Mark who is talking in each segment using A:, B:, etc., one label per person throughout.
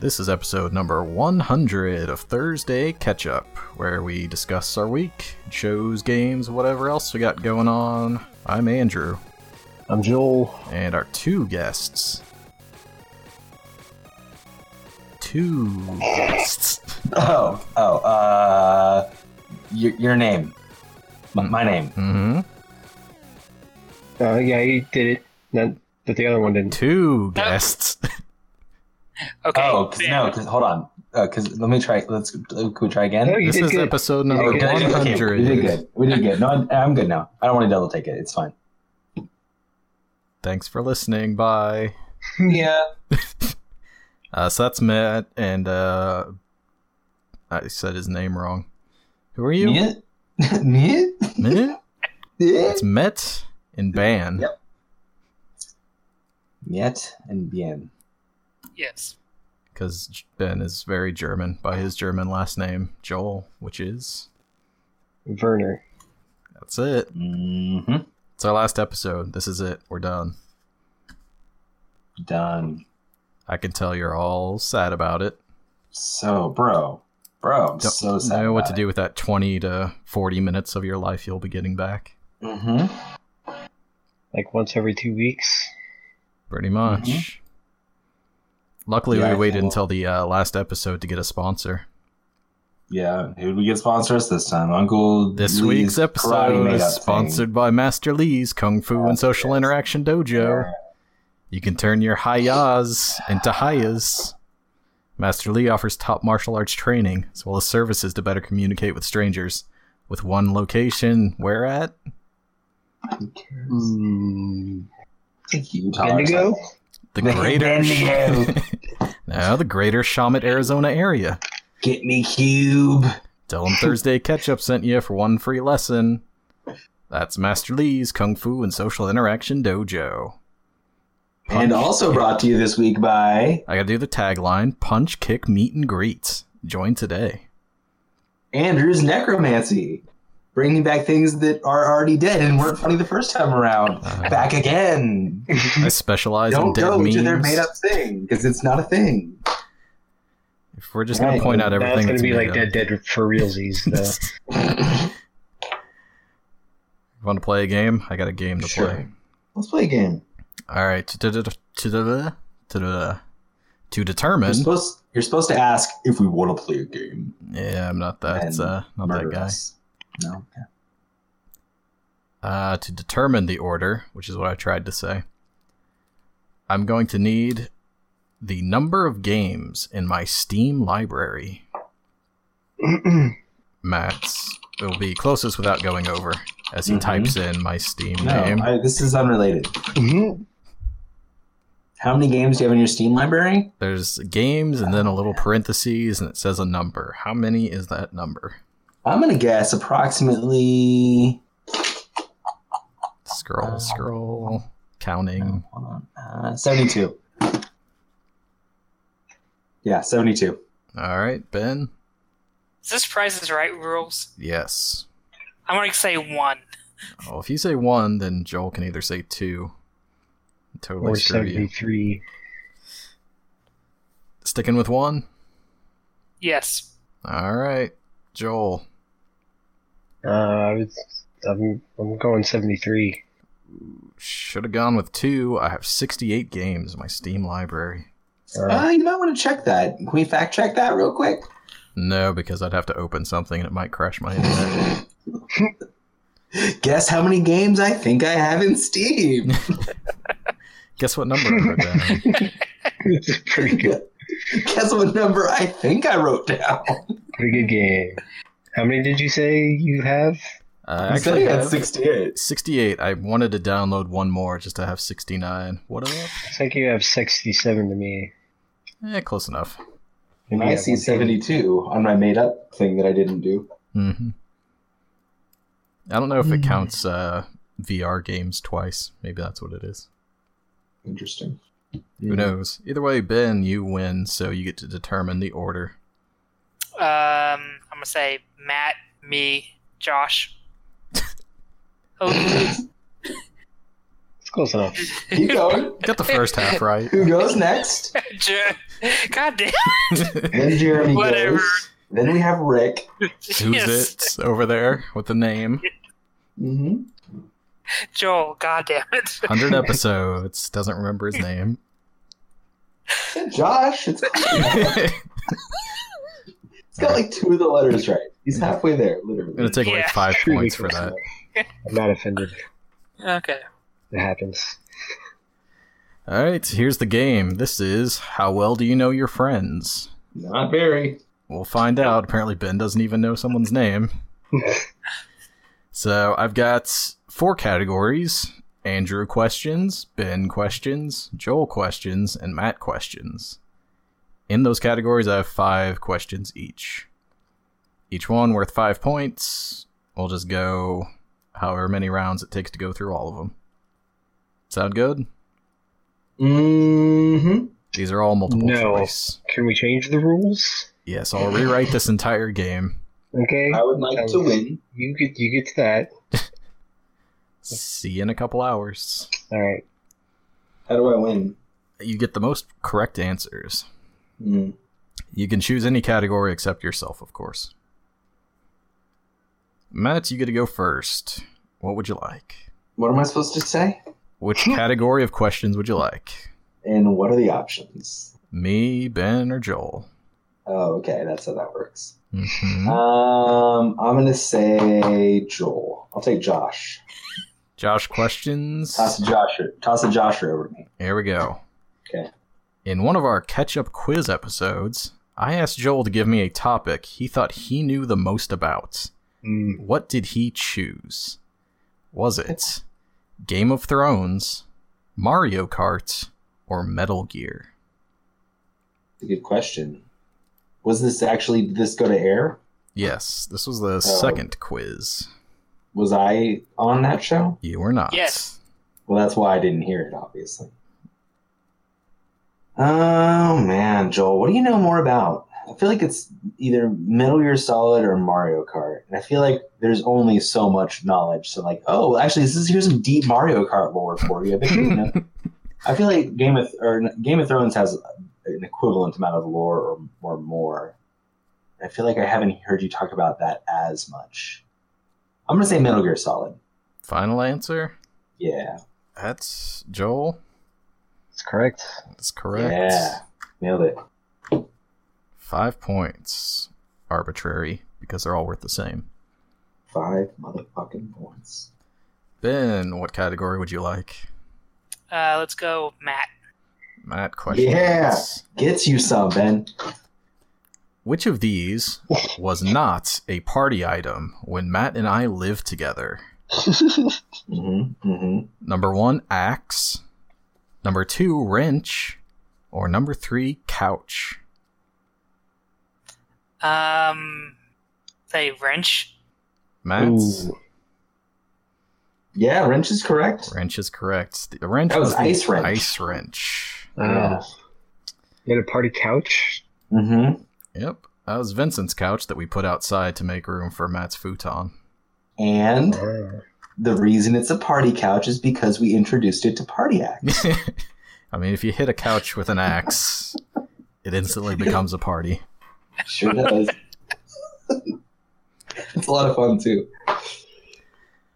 A: This is episode number 100 of Thursday Catch Up, where we discuss our week, shows, games, whatever else we got going on. I'm Andrew,
B: I'm Um, Joel.
A: and our two guests. Two guests.
C: Oh, oh, uh, your, your name. M- my name.
A: hmm
B: Uh, yeah, he did it. Not that the other one didn't.
A: Two guests.
D: Okay.
C: oh, 'cause-
D: then.
C: no, 'cause- hold on. Because let me try. Let's can we try again?
B: No, you
A: This
B: did
A: is
B: good.
A: episode number
B: did good.
C: Okay, we did
A: 100.
C: good. We did good. No, I'm, I'm good now. I don't want to double take it. It's fine.
A: Thanks for listening. Bye.
C: Yeah.
A: Uh, so that's Matt, and uh, I said his name wrong. Who are you?
C: Me? Me?
A: Meh?
C: Yeah.
A: It's Met and Ban.
C: Yep. Yet and bien.
D: Yes.
A: Because Ben is very German by his German last name, Joel, which is.
B: Werner.
A: That's it.
C: hmm
A: It's our last episode. This is it. We're done.
C: Done.
A: I can tell you're all sad about it.
C: So, bro, bro, I'm
A: Don't
C: so sad.
A: know what to do with that 20 to 40 minutes of your life you'll be getting back.
C: Mm-hmm.
B: Like once every two weeks.
A: Pretty much. Luckily,
C: Mm-hmm. Yeah,
A: we
C: I
A: waited
C: follow.
A: until the uh, last episode to get a sponsor.
C: Yeah, who did we get sponsors this time? Uncle.
A: This
C: Lee's
A: week's
C: karate
A: episode
C: made-up
A: is
C: thing.
A: sponsored by Master Lee's Kung Fu and
C: That's
A: Social
C: it.
A: Interaction Dojo. You can turn your hayas into hayas. Master Lee offers top martial arts training as well as services to better communicate with strangers. With one location, where at? Hmm.
C: Utah. or
B: Indigo?
A: The
C: The
A: greater
C: Indigo.
A: no, the greater Shawmut, Arizona area.
C: something. Get me cube.
A: Tell them Thursday Ketchup sent you for one free lesson. That's Master Lee's Kung Fu and Social Interaction Dojo.
C: And also brought to you this week by
A: I gotta do the tagline: Punch, kick, meet, and greet. Join today.
C: Andrew's Necromancy, bringing back things that are already dead and weren't funny the first time around.
A: Uh,
C: Back again.
A: I specialize in
C: Don't
A: dead
C: go
A: memes.
C: to their made up thing because it's not a thing.
A: If we're just gonna
B: Right,
A: point out everything,
B: That's gonna be
A: made
B: like
A: up.
B: Dead Dead for realsies, though.
A: Want to play a game? I got a game to
C: Sure.
A: play.
C: Let's play a game.
A: All right. To, to, to, to, to
C: You're
A: determine.
C: supposed, you're supposed to ask if we want to play a game.
A: Yeah, I'm not that.
C: and
A: Uh, not that
C: murder
A: guy.
C: us. No.
A: Uh, to determine the order, which is what I tried to say. I'm going to need the number of games in my Steam library. Matt's will be closest without going over as he
B: Mm-hmm.
C: Mhm.
A: types in my Steam name.
C: No, I, this is unrelated.
B: Mhm.
C: How many games do you have in your Steam library?
A: There's games and then a little parentheses and it says a number. How many is that number?
C: I'm gonna guess approximately.
A: Scroll,
C: Uh,
A: scroll,
C: Hold
A: counting.
C: on, uh, seventy-two. Yeah, seventy-two.
A: All right, Ben.
D: Is this Price is Right rules?
A: Yes.
D: I'm going to say one.
A: Oh, if you say one, then Joel can either say two. Totally
B: Or
A: screw you.
B: 73.
A: Sticking with one.
D: Yes.
A: All right, Joel.
B: Uh, I was, I'm, I'm going 73.
A: Should have gone with two. I have 68 games in my Steam library.
B: Uh,
C: Uh, you might want to check that. Can we fact check that real quick?
A: No, because I'd have to open something and it might crash my internet.
C: Guess how many games I think I have in Steam.
A: Guess what number I wrote down?
B: it's a pretty good,
C: Guess what number I think I wrote down.
B: pretty good game. How many did you say you
A: I
B: have?
C: You said
A: Uh, actually
C: you had
A: have-
C: sixty-eight.
A: 68. I wanted to download one more just to have 69. What up?
B: It's like you have 67 to me.
A: Eh, close enough.
C: And
B: you
C: I
B: have
C: see
B: one thing.
C: seventy-two on my made-up thing that I didn't do.
A: hmm I don't know if it
B: Hmm.
A: counts uh, VR games twice. Maybe that's what it is.
C: Interesting.
A: Who knows? Either way, Ben, you win, so you get to determine the order.
D: Um, I'm going to say Matt, Oh, me, Josh. Hopefully.
B: It's Close enough.
C: Keep going.
A: Got the first half right.
C: Who goes next?
D: Jer- God damn.
C: Then Jeremy
D: Whatever.
C: goes. Then we have Rick.
A: Who's it over there with the name?
C: hmm
D: Joel, god damn it.
A: 100 episodes. Doesn't remember his name.
C: Josh. It's, it's
A: Gonna
C: got like two of the letters right. He's halfway there, literally.
A: take like
D: Yeah.
A: five
B: Truly
A: points for
B: close
A: that.
B: enough. I'm not offended.
D: Okay.
B: It happens.
A: All right, here's the game. This is How Well Do You Know Your Friends?
C: Not very.
A: We'll find out. Apparently, Ben doesn't even know someone's name. so I've got four categories Andrew questions, Ben questions, Joel questions, and Matt questions. In those categories, I have five questions each. Each one worth five points. We'll just go however many rounds it takes to go through all of them. Sound good?
C: Mm-hmm.
A: These are all multiple
B: No.
A: choice.
B: Can we change the rules?
A: Yes, I'll rewrite this entire game.
B: Okay.
C: I would like to win.
B: You get you get to that.
A: See you in a couple hours.
B: All right.
C: How do I win?
A: You get the most correct answers.
C: Mm.
A: You can choose any category except yourself, of course. Matt, you get to go first. What would you like?
C: What am I supposed to say?
A: Which category of questions would you like?
C: And what are the options?
A: Me, Ben, or Joel?
C: Oh, okay. That's how that works.
A: hmm
C: Um, I'm gonna say Joel. I'll take Josh.
A: Josh, questions?
C: Toss a Josh. Toss a Josh over to me.
A: Here we go.
C: Okay.
A: In one of our catch up quiz episodes, I asked Joel to give me a topic he thought he knew the most about.
B: Mm.
A: What did he choose? Was it Game of Thrones, Mario Kart, or Metal Gear?
C: That's a good question. Was this actually? Did this go to air?
A: Yes, this was
C: Oh.
A: the second quiz.
C: Was I on that show?
A: You were not.
D: Yes.
C: Well, that's why I didn't hear it, obviously. Oh man, Joel, what do you know more about? I feel like it's either Metal Gear Solid or Mario Kart, and I feel like there's only so much knowledge. So like, oh, actually, this is here's some deep Mario Kart lore for you. I think you know. I feel like Game of or Game of Thrones has an equivalent amount of lore or, or more. I feel like I haven't heard you talk about that as much. I'm gonna say Metal Gear Solid.
A: Final answer?
C: Yeah,
A: That's Joel.
B: That's correct.
A: That's correct.
C: yeah, nailed it.
A: Five points. Arbitrary, because they're all worth the same.
C: Five motherfucking points.
A: Ben, what category would you like?
D: Uh, let's go, Matt.
A: Matt questions.
C: Yeah. Gets you some, Ben.
A: Which of these was not a party item when Matt and I lived together?
C: Mm-hmm. Mm-hmm.
A: Number one, axe. Number two, wrench. Or number three, couch.
D: Um, say wrench.
A: Matt,
B: Ooh.
C: Yeah, wrench is correct.
A: wrench is correct. The wrench
C: That was
A: the
C: ice wrench.
A: Ice wrench.
B: Oh. You had a party couch.
C: Mm-hmm.
A: Yep. That was Vincent's couch that we put outside to make room for Matt's futon.
C: And
B: Oh.
C: the reason it's a party couch is because we introduced it to Party Act.
A: I mean, if you hit a couch with an axe, it instantly becomes a party.
C: Sure does. it's a lot of fun too.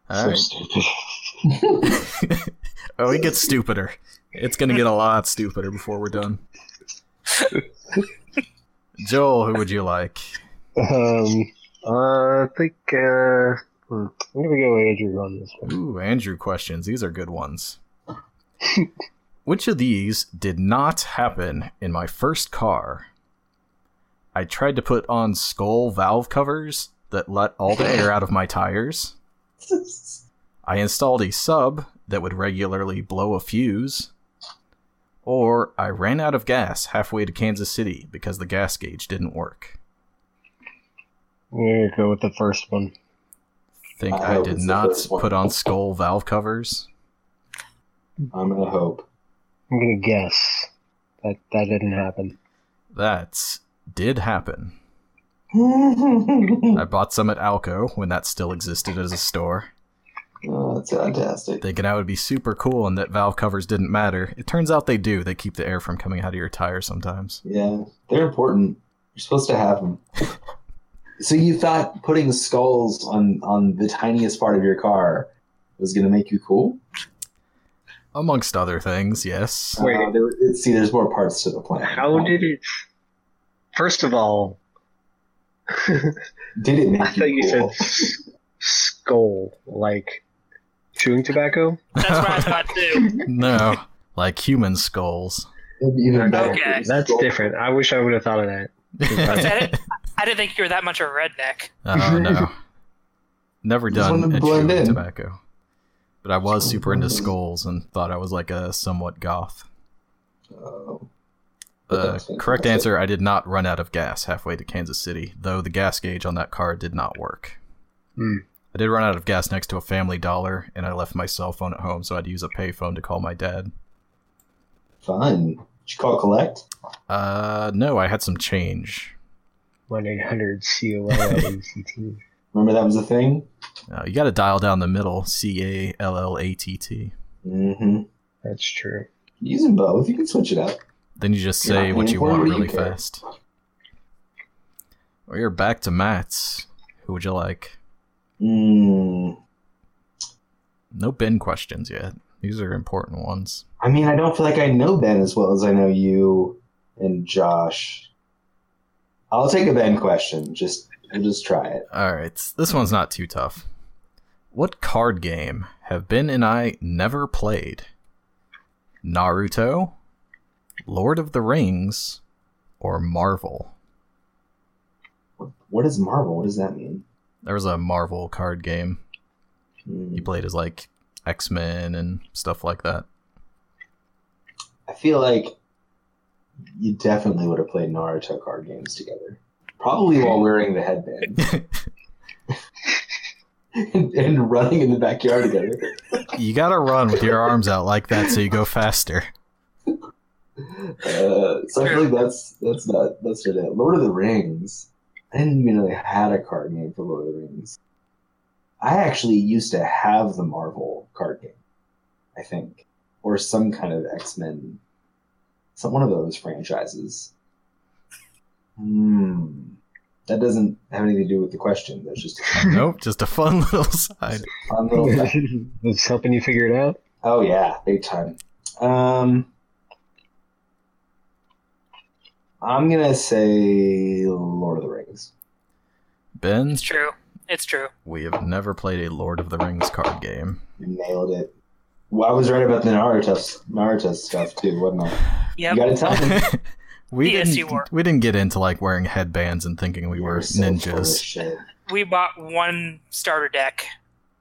A: All
B: so
A: right.
B: stupid.
A: Oh, it gets stupider. It's going to get a lot stupider before we're done. Joel, who would you like?
B: Um, uh, I think uh, hmm, I'm gonna go Andrew on this one.
A: Ooh, Andrew questions. These are good ones. Which of these did not happen in my first car? I tried to put on skull valve covers that let all the air out of my tires. I installed a sub that would regularly blow a fuse. Or I ran out of gas halfway to Kansas City because the gas gauge didn't work.
B: We're gonna go with the first one.
A: Think
C: I
A: I
C: hope
A: did
C: it's the
A: not
C: first one.
A: put on skull valve covers.
C: I'm gonna hope.
B: I'm gonna guess that that didn't happen.
A: That did happen.
C: Oh,
A: I bought some at Alco when that still existed as a store.
C: Oh, that's fantastic.
A: thinking I would be super cool and that valve covers didn't matter. It turns out they do. They keep the air from coming out of your tire sometimes.
C: Yeah, they're important. You're supposed to have them. so you thought putting skulls on on the tiniest part of your car was going to make you cool?
A: Amongst other things, yes.
B: Wait.
C: Uh, there, it- see, there's more parts to the plan.
B: How did it? First of all,
C: did it make
B: I thought you
C: you
B: said
C: cool?
B: s- skull, like chewing tobacco.
D: That's what I thought too.
A: No. Like human skulls.
C: It'd be even better if it
D: Okay.
C: was
B: That's
C: skull-
B: different. I wish I would have thought of that.
D: that I didn't think you were that much of a redneck.
A: Oh no. Never
C: Just wanted
A: done
C: to
A: a
C: blend
A: chewing
C: in.
A: tobacco. But I was
C: Just
A: super
C: wanted
A: into
C: to blend in.
A: skulls and thought I was like a somewhat goth.
C: Oh.
A: The
C: That's fantastic.
A: Uh, correct answer I did not run out of gas halfway to Kansas City, though the gas gauge on that car did not work.
B: Hmm.
A: I did run out of gas next to a family dollar, and I left my cell phone at home, so I had to use a payphone to call my dad.
C: Fun. Did you call collect?
A: Uh, no, I had some change.
B: One eight hundred C O L L E C T.
C: Remember that was a thing?
A: Uh, you gotta dial down the middle C A L L A T T.
C: Mm-hmm.
B: That's true.
C: Use them both. You can switch it up.
A: Then you just
C: You're
A: say
C: not
A: what
C: paying
A: you
C: for it,
A: want
C: what do you
A: really
C: care?
A: fast. Well, you're back to Matt's. Who would you like?
C: Mm.
A: No Ben questions yet. These are important ones.
C: I mean, I don't feel like I know Ben as well as I know you and Josh. I'll take a Ben question. Just we'll just try it.
A: All right, this one's not too tough. What card game have Ben and I never played? Naruto, Lord of the Rings, or Marvel?
C: What is Marvel? What does that mean?
A: There was a Marvel card game
C: Hmm.
A: you played as like X Men and stuff like that.
C: I feel like you definitely would have played Naruto card games together, probably while wearing the headband and, and running in the backyard together.
A: you gotta run with your arms out like that so you go faster.
C: Uh, so I feel like that's that's not that's not it. Lord of the Rings. I didn't even know they had a card game for Lord of the Rings. I actually used to have the Marvel card game, I think, or some kind of X Men, some one of those franchises. Hmm, that doesn't have anything to do with the question. That's just a fun,
A: Nope, just a fun little side.
C: fun little. fact.
B: It's helping you figure it out.
C: Oh yeah, big time. Um, I'm gonna say Lord of the Rings.
A: Ben,
D: It's true. It's true.
A: we have never played a Lord of the Rings card game.
C: Nailed it. Well, I was right about the Naruto Naruto stuff too, wasn't I?
D: Yep.
C: You gotta tell me.
A: we
D: Yes,
A: didn't.
D: you were.
A: We didn't get into like wearing headbands and thinking we were
C: You're so full of
A: ninjas.
C: shit.
D: we bought one starter deck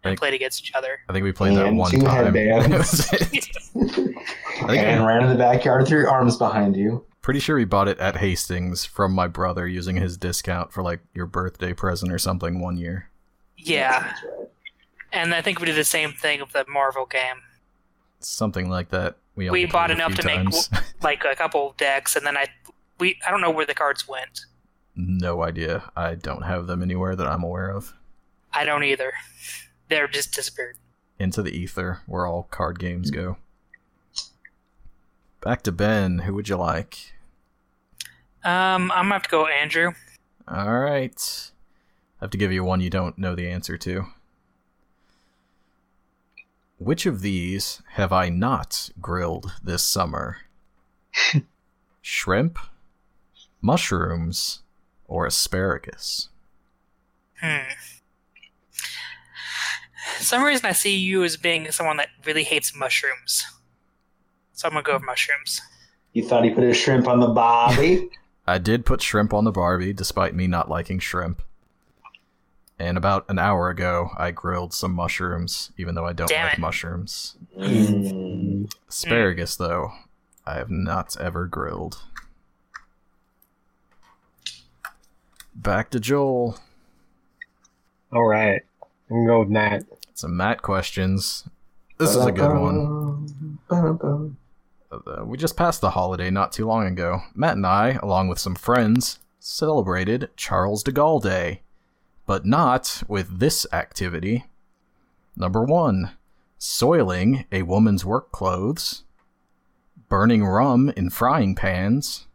D: and
A: Thank-
D: played against each other.
A: I think we played that
C: And
A: one
C: two
A: time.
C: headbands.
A: That was it. I think
C: and
A: I'm
C: ran in the backyard with your arms behind you.
A: pretty sure we bought it at Hastings from my brother using his discount for like your birthday present or something one year.
D: Yeah,
C: That's right.
D: and I think we did the same thing with the Marvel game.
A: Something like that. We,
D: We
A: only played
D: bought
A: a
D: enough
A: few
D: to make
A: times.
D: Like a couple decks, and then I we I don't know where the cards went.
A: no idea. I don't have them anywhere that I'm aware of.
D: I don't either. They're just disappeared.
A: into the ether where all card
C: Hmm.
A: games go. Back to Ben. Who would you like?
D: Um, I'm gonna have to go, Andrew.
A: All right. I have to give you one you don't know the answer to. Which of these have I not grilled this summer? Shrimp, mushrooms, or asparagus?
D: Hmm. For some reason I see you as being someone that really hates mushrooms, so I'm gonna go with mushrooms.
C: You thought he put a shrimp on the bobby?
A: I did put shrimp on the Barbie, despite me not liking shrimp. And about an hour ago, I grilled some mushrooms, even though I don't
D: Damn
A: like
D: it.
A: mushrooms.
C: Mm.
A: Asparagus, though, I have not ever grilled. Back to Joel.
B: All right, I'm gonna go with Matt.
A: Some Matt questions. This is a good one.
C: Ba-dum-bum.
A: Uh, We just passed the holiday not too long ago. Matt and I, along with some friends, celebrated Charles de Gaulle Day, but not with this activity. Number one, soiling a woman's work clothes, burning rum in frying pans,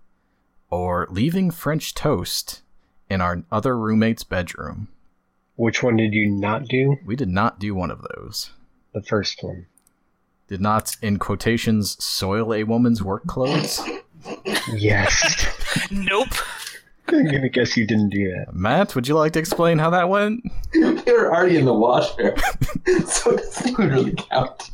A: or leaving French toast in our other roommate's bedroom.
B: Which one did you not do?
A: We did not do one of those.
B: The first one.
A: Did not, in quotations, soil a woman's work clothes.
B: Yes.
D: Nope.
B: I'm gonna guess you didn't do that.
A: Matt, would you like to explain how that went?
C: they were already in the washer, so it doesn't really count.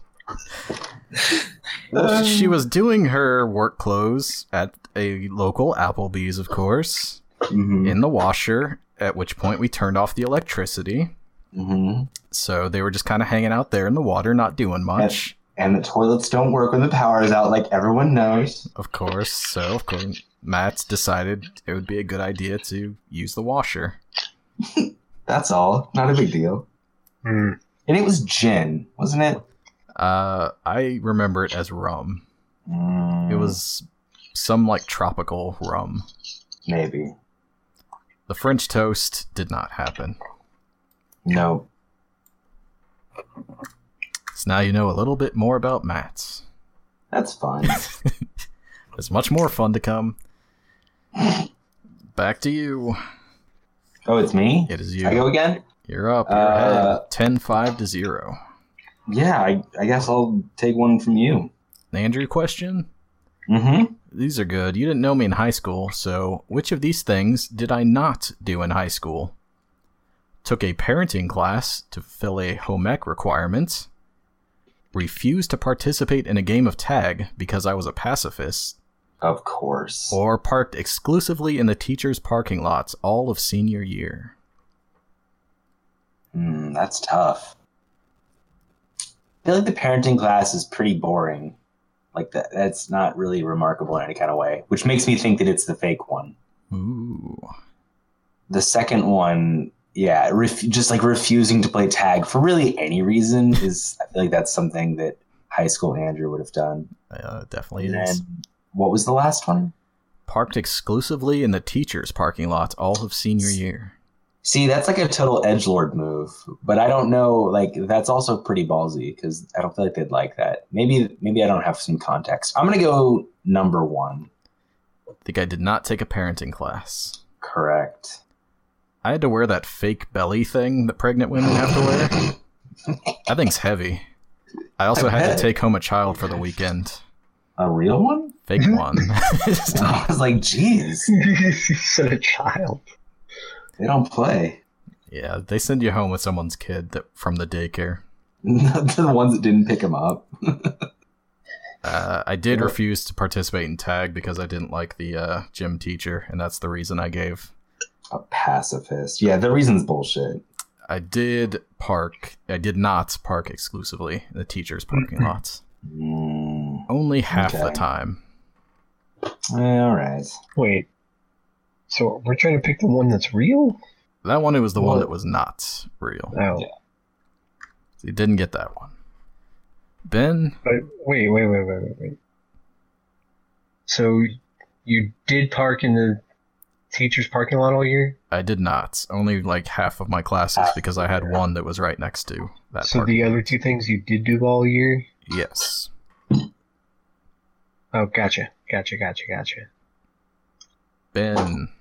C: Um,
A: she was doing her work clothes at a local Applebee's, of course,
C: mhm,
A: in the washer, at which point we turned off the electricity.
C: mhm.
A: So they were just kind of hanging out there in the water, not doing much,
C: And the toilets don't work when the power is out, like everyone knows.
A: of course. So, of course, Matt decided it would be a good idea to use the washer.
C: That's all. Not a big deal.
B: Hmm.
C: And it was gin, wasn't it?
A: Uh, I remember it as rum.
C: Mm,
A: It was some like tropical rum.
C: maybe.
A: The French toast did not happen.
C: No.
A: So now you know a little bit more about Matt's.
C: That's fine.
A: There's much more fun to come. Back to you.
C: Oh, it's me?
A: It is
C: I
A: you.
C: go again?
A: You're up. You're
C: Uh,
A: ahead. 10 5 to 0.
C: Yeah, I, I guess I'll take one from you.
A: Andrew question?
C: Mm-hmm.
A: These are good. You didn't know me in high school, so which of these things did I not do in high school? Took a parenting class to fulfill a home ec requirement. Refused to participate in a game of tag because I was a pacifist.
C: Of course.
A: Or parked exclusively in the teacher's parking lots all of senior year.
C: Mm, that's tough. I feel like the parenting class is pretty boring. Like that, that's not really remarkable in any kind of way, which makes me think that it's the fake one.
A: Ooh.
C: The second one, yeah, ref- just like refusing to play tag for really any reason is. I feel like that's something that high school Andrew would have done.
A: Uh, definitely
C: And
A: is.
C: then, what was the last one?
A: Parked exclusively in the teacher's parking lots all of senior year.
C: See, that's like a total edge lord move, but I don't know. Like, that's also pretty ballsy because I don't feel like they'd like that. Maybe, maybe I don't have some context. I'm gonna go number one.
A: think I did not take a parenting class.
C: Correct.
A: I had to wear that fake belly thing that pregnant women have to wear. That thing's heavy. I also
C: I
A: had
C: bet.
A: to take home a child for the weekend.
C: A real one?
A: Fake one.
C: I was like, jeez,
B: you said a child.
C: they don't play.
A: yeah, they send you home with someone's kid that, from the daycare.
C: the ones that didn't pick him up.
A: Uh, I did
B: Yeah.
A: refuse to participate in tag because I didn't like the uh, gym teacher, and that's the reason I gave.
C: A pacifist. Yeah, the reason's bullshit.
A: I did park. I did not park exclusively in the teacher's
B: Mm-hmm.
A: parking lots.
C: Mm,
A: Only half the
C: Okay.
A: time.
C: all right.
B: Wait. So we're trying to pick the one that's real?
A: That one it was the one
C: Well-
A: that was not real.
B: Oh.
A: So you didn't get that one. Ben,
B: But wait, wait, wait, wait, wait, wait. So you did park in the teacher's parking lot all year?
A: I did not. Only like half of my classes because I had one that was right next to that
B: so
A: part.
B: the other two things you did do all year?
A: yes.
B: Oh, gotcha. Gotcha, gotcha, gotcha.
A: Ben,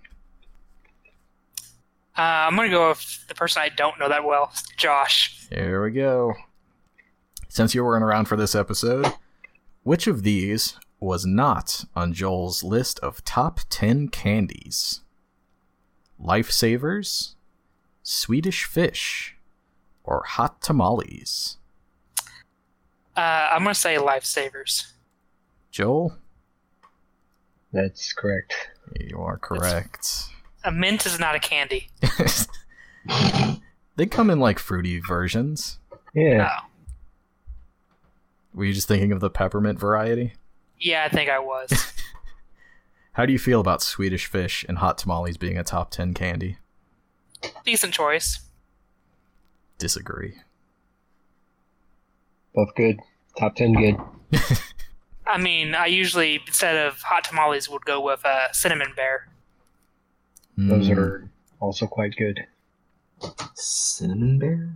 D: Uh, I'm gonna go with the person I don't know that well, Josh.
A: here we go. Since you weren't around for this episode, which of these was not on Joel's list of top 10 candies? Lifesavers, Swedish fish, or hot tamales?
D: Uh, I'm gonna say lifesavers.
A: Joel,
B: That's correct.
A: you are correct.
D: A mint is not a candy.
A: they come in like fruity versions.
B: Yeah.
D: Oh.
A: Were you just thinking of the peppermint variety?
D: Yeah, I think I was.
A: How do you feel about Swedish fish and hot tamales being a top 10 candy?
D: Decent choice.
A: Disagree.
B: Both good. Top 10 good.
D: I mean, I usually instead of hot tamales would go with uh, cinnamon bear.
B: Those
A: Hmm.
B: are also quite good.
C: Cinnamon bear?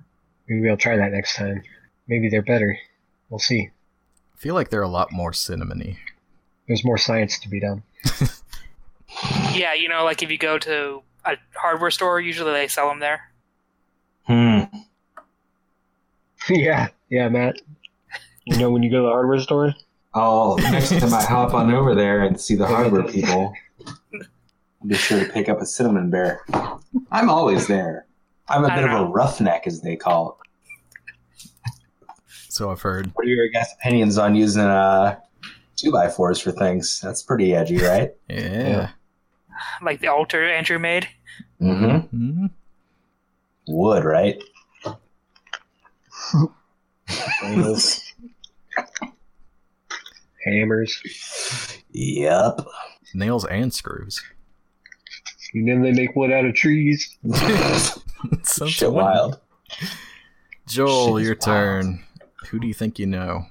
B: Maybe I'll try that next time. Maybe they're better. We'll see.
A: I feel like they're a lot more cinnamony.
B: There's more science to be done.
D: Yeah, you know, like if you go to a hardware store, usually they sell them there.
C: Hmm.
B: yeah, yeah, Matt. You know, when you go to the hardware store,
C: I'll next time I hop on over there and see the hardware people, I'll be sure to pick up a cinnamon bear. I'm always there. I'm a
D: I
C: bit of
D: don't
C: a
D: know.
C: roughneck, as they call it.
A: So I've heard.
C: What are your guys' opinions on using uh, two by fours for things? That's pretty edgy, right?
A: Yeah.
D: Like the altar Andrew made.
C: Mm-hmm.
A: Hmm?
C: Wood, right?
B: hammers.
C: yep.
A: Nails and screws.
B: And then they make wood out of trees.
A: Sounds wonderful.
C: Shit wild.
A: Joel,
C: Shit
A: your
C: is wild.
A: turn. Who do you think you know?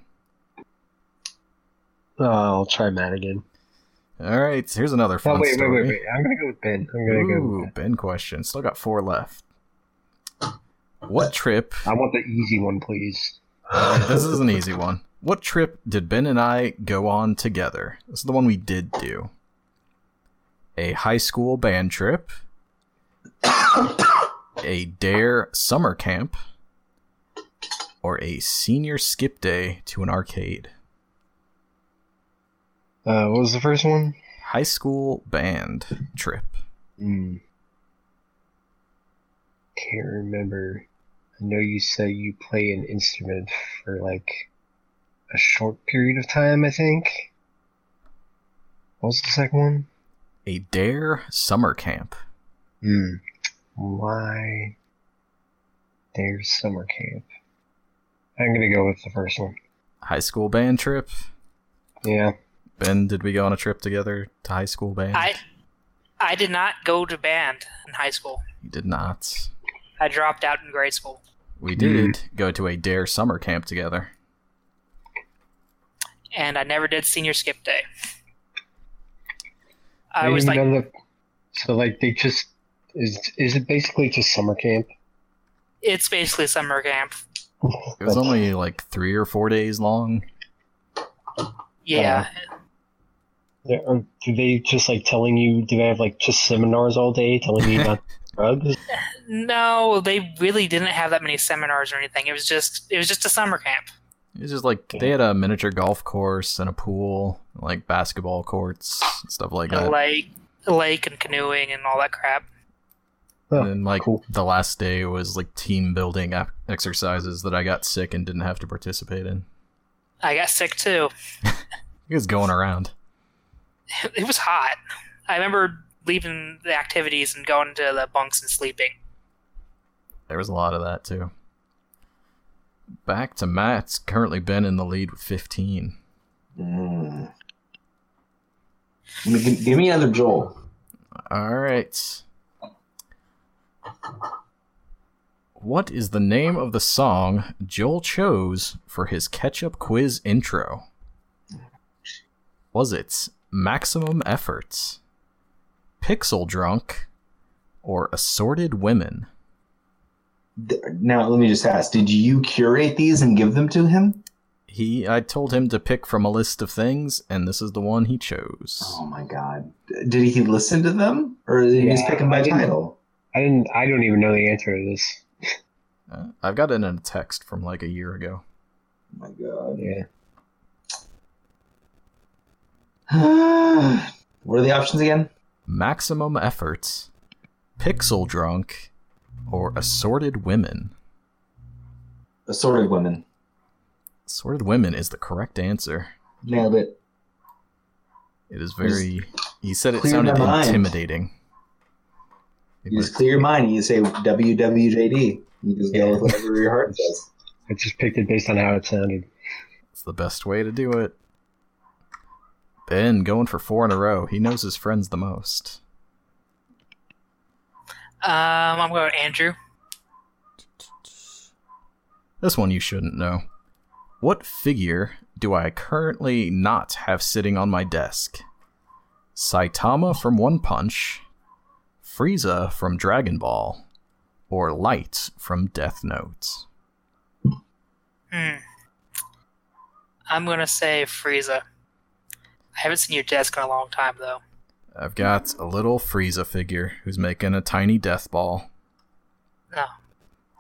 B: Oh, I'll try Matt again.
A: All right, here's another fun
B: Oh, wait, wait,
A: story.
B: wait, wait. I'm gonna go with Ben. I'm gonna go. With
A: Ooh,
B: ben.
A: Ben question. Still got four left. What trip?
B: I want the easy one, please.
A: this is an easy one. What trip did Ben and I go on together? This is the one we did do. A high school band trip, a dare summer camp, or a senior skip day to an arcade.
B: Uh, what was the first one?
A: High school band trip.
B: Hmm. Can't remember. I know you said you play an instrument for like a short period of time, I think. What was the second one?
A: A dare summer camp.
B: Hmm. Why there's summer camp? I'm gonna go with the first one.
A: High school band trip.
B: Yeah.
A: Ben, did we go on a trip together to high school band?
D: I I did not go to band in high school.
A: You did not.
D: I dropped out in grade school.
A: We did go to a dare summer camp together.
D: And I never did senior skip day. I
B: Maybe
D: was like
B: none of the- so like they just is is it basically just summer camp?
D: it's basically summer camp.
A: It was only like three or four days long.
D: Yeah.
B: Yeah, Are um, do they just like telling you? Do they have like just seminars all day telling you about drugs?
D: No, they really didn't have that many seminars or anything. It was just it was just a summer camp.
A: It was just like they had a miniature golf course and a pool, like basketball courts and stuff like that.
D: Like lake and canoeing and all that crap.
A: and then, like
B: cool.
A: the last day was like team building ap- exercises that I got sick and didn't have to participate in.
D: I got sick too.
A: It was going around.
D: It was hot. I remember leaving the activities and going to the bunks and sleeping.
A: There was a lot of that too. Back to Matt's currently been in the lead with 15.
C: Mm. Give, me- give me another Joel.
A: All right. What is the name of the song Joel chose for his ketchup quiz intro? Was it Maximum Efforts, Pixel Drunk, or Assorted Women?
C: Th- Now, let me just ask: Did you curate these and give them to him?
A: He I told him to pick from a list of things and this is the one he chose.
C: Oh my god! D- Did he listen to them, or did he just
B: Yeah,
C: pick them by
B: I didn't-
C: title?
B: I didn't. I don't even know the answer to this.
A: Uh, I've got it in a text from like a year ago.
C: Oh my god!
B: Yeah.
C: what are the options again?
A: Maximum Efforts, Pixel Drunk, or Assorted Women?
C: Assorted women.
A: Assorted Women is the correct answer.
C: Nailed it.
A: It is very. He said it
C: Clear
A: sounded
C: my mind.
A: intimidating. It
C: You just
A: was-
C: clear your mind. and You say WWJD. You just go
B: Yeah.
C: with whatever your heart says.
B: I just picked it based on how it sounded.
A: It's the best way to do it. Ben going for four in a row. He knows his friends the most.
D: Um, I'm going Andrew.
A: This one you shouldn't know. What figure do I currently not have sitting on my desk? Saitama from One Punch, Frieza from Dragon Ball, or Light from Death Note?
D: Hmm. I'm gonna say Frieza. I haven't seen your desk in a long time though.
A: I've got a little Frieza figure who's making a tiny death ball.
D: No.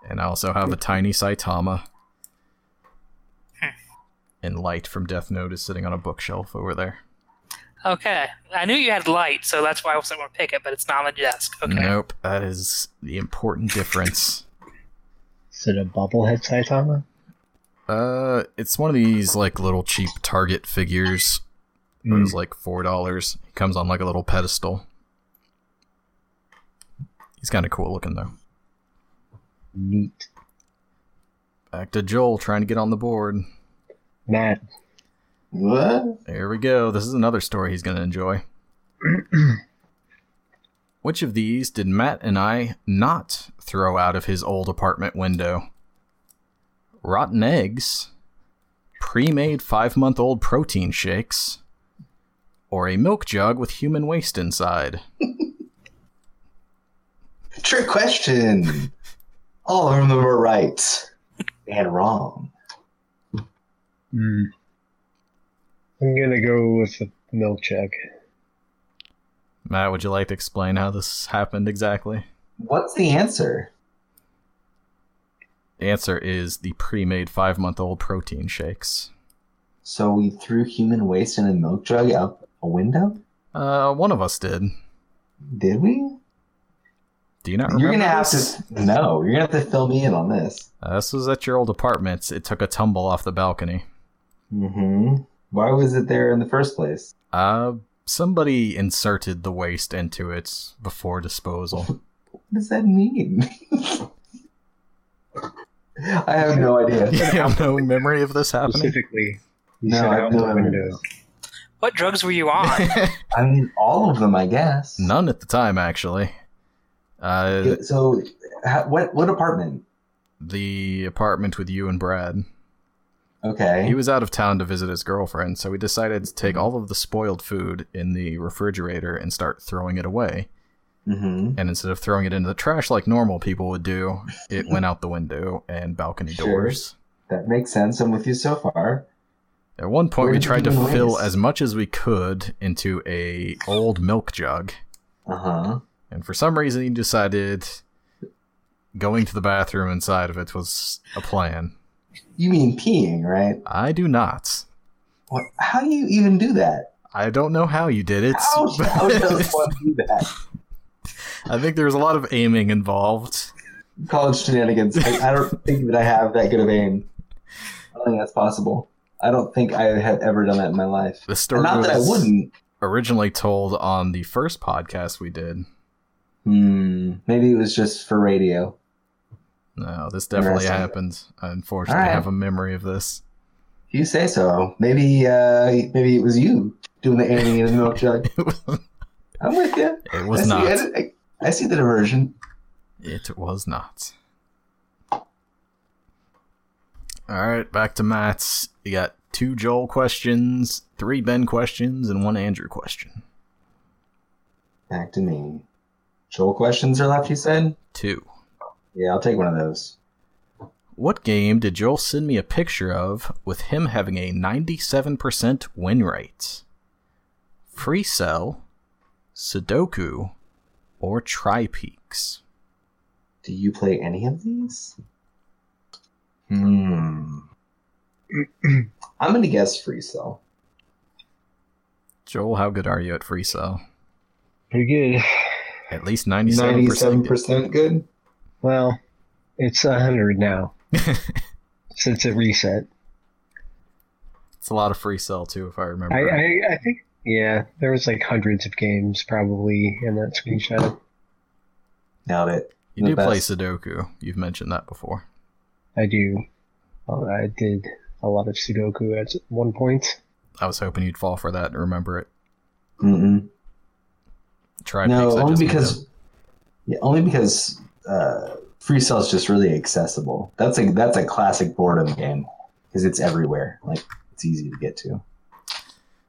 A: And I also have a tiny Saitama.
D: Hmm.
A: And Light from Death Note is sitting on a bookshelf over there.
D: Okay. I knew you had light, so that's why I wasn't gonna pick it, but it's not on the desk. Okay.
A: Nope, that is the important difference.
B: Is it a bobblehead Saitama?
A: uh, it's one of these like little cheap Target figures. It was like four dollars. He comes on like a little pedestal. He's kind of cool looking though.
B: Neat.
A: Back to Joel trying to get on the board.
B: Matt,
C: What?
A: There we go. This is another story he's going to enjoy. Which of these did Matt and I not throw out of his old apartment window? Rotten eggs, pre made five month old protein shakes, or a milk jug with human waste inside?
C: Trick question. All of them were right and wrong.
B: Mm. I'm gonna go with the milk jug.
A: Matt, would you like to explain how this happened exactly?
C: What's the answer?
A: The answer is the pre made five month old protein shakes.
C: So we threw human waste in a milk jug out a window?
A: Uh, one of us did.
C: Did we?
A: Do you not remember?
C: You're gonna have
A: this?
C: to no. You're gonna have to fill me in on this.
A: Uh, this was at your old apartment. It took a tumble off the balcony.
C: Mm-hmm. Why was it there in the first place?
A: Uh, somebody inserted the waste into it before disposal.
C: What does that mean? I have no idea.
A: you have no memory of this happening?
B: Specifically, you
C: No,
B: said
C: I
B: out
C: have
B: the
C: no idea.
B: window.
D: What drugs were you on?
C: I mean, all of them, I guess.
A: None at the time, actually. Uh,
C: Yeah, So, ha- what what apartment?
A: the apartment with you and Brad. He
C: Okay.
A: was out of town to visit his girlfriend, so we decided to take all of the spoiled food in the refrigerator and start throwing it away.
C: Mm-hmm.
A: And instead of throwing it into the trash like normal people would do, it went out the window and balcony
C: Sure.
A: doors.
C: That makes sense. I'm with you so far.
A: At one point,
C: Where
A: we
C: did
A: tried to
C: you
A: fill
C: waste?
A: as much as we could into a old milk jug,
C: Uh huh.
A: and for some reason, he decided going to the bathroom inside of it was a plan.
C: You mean peeing, right?
A: I do not.
C: What? How do you even do that?
A: I don't know how you did it.
C: How, how does
A: but
C: one do that?
A: I think there was a lot of aiming involved.
C: college shenanigans. I, I don't think that I have that good of aim. I don't think that's possible. I don't think I have ever done that in my life.
A: The story
C: And not that I
A: was
C: wouldn't.
A: originally told on the first podcast we did.
C: Hmm. Maybe it was just for radio.
A: No, this definitely
C: Interesting.
A: happened. I unfortunately
C: All right.
A: have a memory of this.
C: If you say so. Maybe uh, maybe it was you doing the aiming in the milk jug.
A: It was,
C: I'm with you.
A: it
C: I
A: was
C: see, I,
A: not.
C: I, I see the diversion.
A: It was not. All right, back to Matt's. You got two Joel questions, three Ben questions, and one Andrew question.
C: Back to me. Joel questions are left, you said?
A: Two.
C: Yeah, I'll take one of those.
A: What game did Joel send me a picture of with him having a 97% win rate? Free Cell, Sudoku, or Tri Peaks?
C: Do you play any of these? Hmm. I'm going to guess free cell.
A: Joel, how good are you at Free Cell?
B: Pretty good.
A: At least
C: 97%
A: 97%. good.
C: good?
B: Well, it's a hundred now since it reset.
A: It's a lot of Free Cell, too, if I remember.
B: I,
A: right.
B: I, I think yeah, there was like hundreds of games probably in that screenshot.
C: Nailed it.
A: You
C: The
A: do play
C: best.
A: Sudoku. You've mentioned that before.
B: I do. Well, I did a lot of Sudoku at one point.
A: I was hoping you'd fall for that and remember it.
C: Mm-mm.
A: Try
C: No,
A: Pixar
C: only
A: just made
C: because,
A: them.
C: yeah, only because uh, free cell is just really accessible. That's a that's a classic boredom game because it's everywhere. Like it's easy to get to.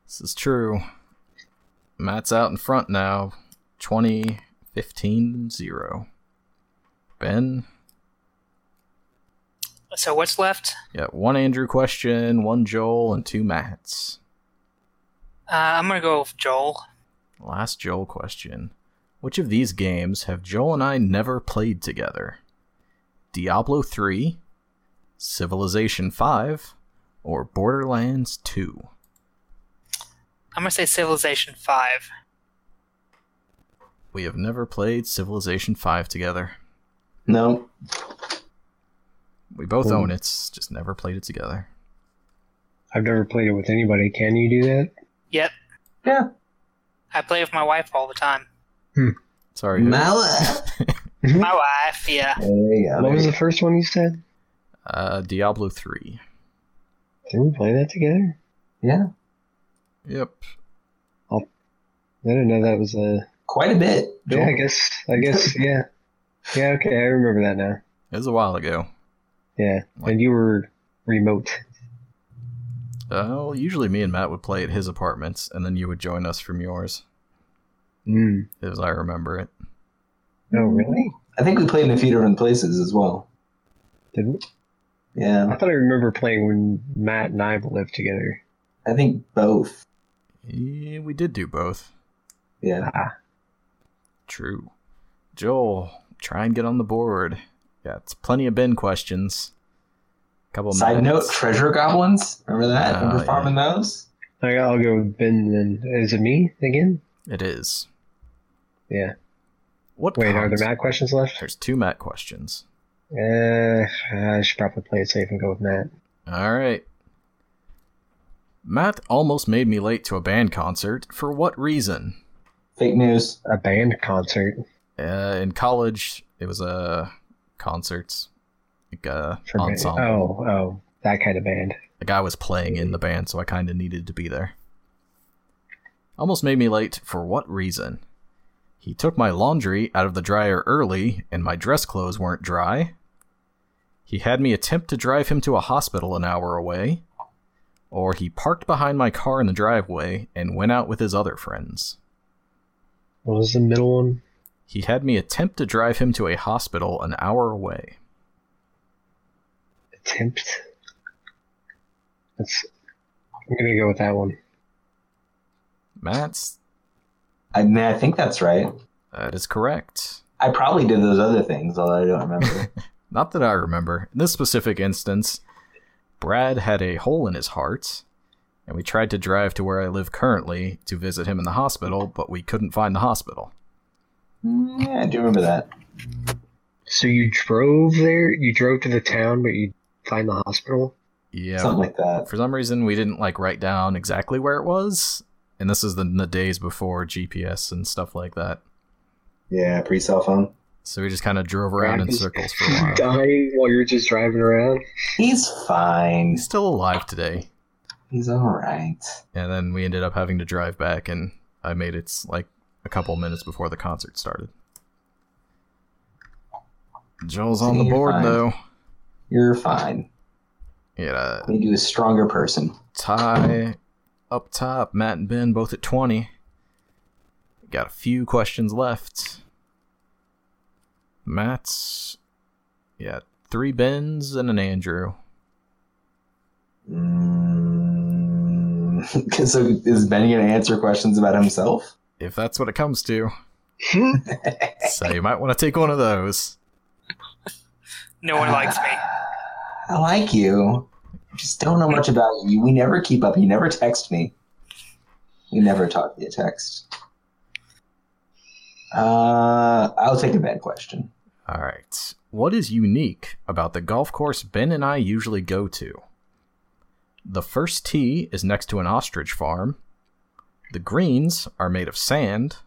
A: this is true. Matt's out in front now. 20, 15, 0. Ben,
D: So what's left?
A: Yeah, one Andrew question, one Joel, and two Matts.
D: Uh, I'm gonna go with Joel.
A: Last Joel question. Which of these games have Joel and I never played together? Diablo 3, Civilization 5, or Borderlands 2?
D: I'm gonna say Civilization Five.
A: We have never played Civilization 5 together.
C: No.
A: We both
B: Cool.
A: own it, just never played it together.
B: I've never played it with anybody. Can you do that?
D: Yep,
C: Yeah.
D: I play with my wife all the time.
A: Sorry. who?
C: Mallet.
D: My wife, yeah.
C: There you go.
B: What was
C: There
B: the first one you said?
A: uh, Diablo 3.
B: Did we play that together?
C: you go. Yeah.
A: Yep.
B: I didn't know that was a.
C: Quite a bit.
B: Yeah, I guess. I guess. Yeah. Yeah. Okay, I remember that now.
A: It was a while ago.
B: Yeah, and you were remote.
A: Uh, well, usually me and Matt would play at his apartments, and then you would join us from yours,
B: Mm.
A: as I remember it.
B: Oh, really?
C: I think we played in a few different places as well.
B: Did we? I
C: Yeah.
B: thought I remember playing when Matt and I lived together.
C: I think both.
A: Yeah, we did do both.
C: Yeah.
B: Ah,
A: True. Joel, try and get on the board. Yeah, it's plenty of Ben questions. Couple
C: Side note,
A: minutes.
C: treasure goblins. Remember that?
A: Ah,
C: Remember farming those?
B: I- I'll go with Ben then. Is it me again?
A: It is.
B: Yeah.
A: What?
B: Wait, are
A: cons-
B: there Matt questions left?
A: There's two Matt questions.
B: Uh, I should probably play it safe and go with Matt.
A: All right. Matt almost made me late to a band concert. For what reason?
C: Fake news.
B: A band concert
A: Uh, in college, it was a concerts, like a
B: for me.
A: ensemble.
B: Oh, oh, that kind of band.
A: The guy was playing in the band, so I kind of needed to be there. Almost made me late for what reason? He took my laundry out of the dryer early, and my dress clothes weren't dry. He had me attempt to drive him to a hospital an hour away. Or he parked behind my car in the driveway and went out with his other friends.
B: What was the middle one?
A: He had me attempt to drive him to a hospital an hour away.
B: Attempt. That's. I'm gonna go with that one.
A: Matt's.
C: I, mean, I think that's right.
A: That is correct.
C: I probably did those other things, although I don't remember.
A: Not that I remember. In this specific instance, Brad had a hole in his heart, and we tried to drive to where I live currently to visit him in the hospital, but we couldn't find the hospital.
C: Mm, yeah, I do remember that.
B: So you drove there? You drove to the town, but you find the hospital?
A: Yeah.
C: Something like that.
A: For some reason, we didn't like write down exactly where it was, and this is the, the days before GPS and stuff like that.
C: Yeah, pre cell phone.
A: So we just kind of drove around in
B: Brad is
A: circles for a while.
B: Dying while you're just driving around?
C: He's fine.
A: He's still alive today,
C: He's all right.
A: and then we ended up having to drive back, and I made it like a couple minutes before the concert started. Joel's on the
C: You're
A: board
C: fine.
A: though.
C: You're fine.
A: He had a
C: Made you a stronger person.
A: tie up top. Matt and Ben both at 20. Got a few questions left. Matt's. Yeah, three Bens and an Andrew.
C: Mm. so is Ben going to answer questions about himself?
A: If that's what it comes to. so you might want to take one of those.
D: No one likes me.
C: I like you. I just don't know much about you. We never keep up. You never text me. We never talk via text. Uh, I'll take a bad question.
A: Alright. What is unique about the golf course Ben and I usually go to? The first tee is next to an ostrich farm. The greens are made of sand.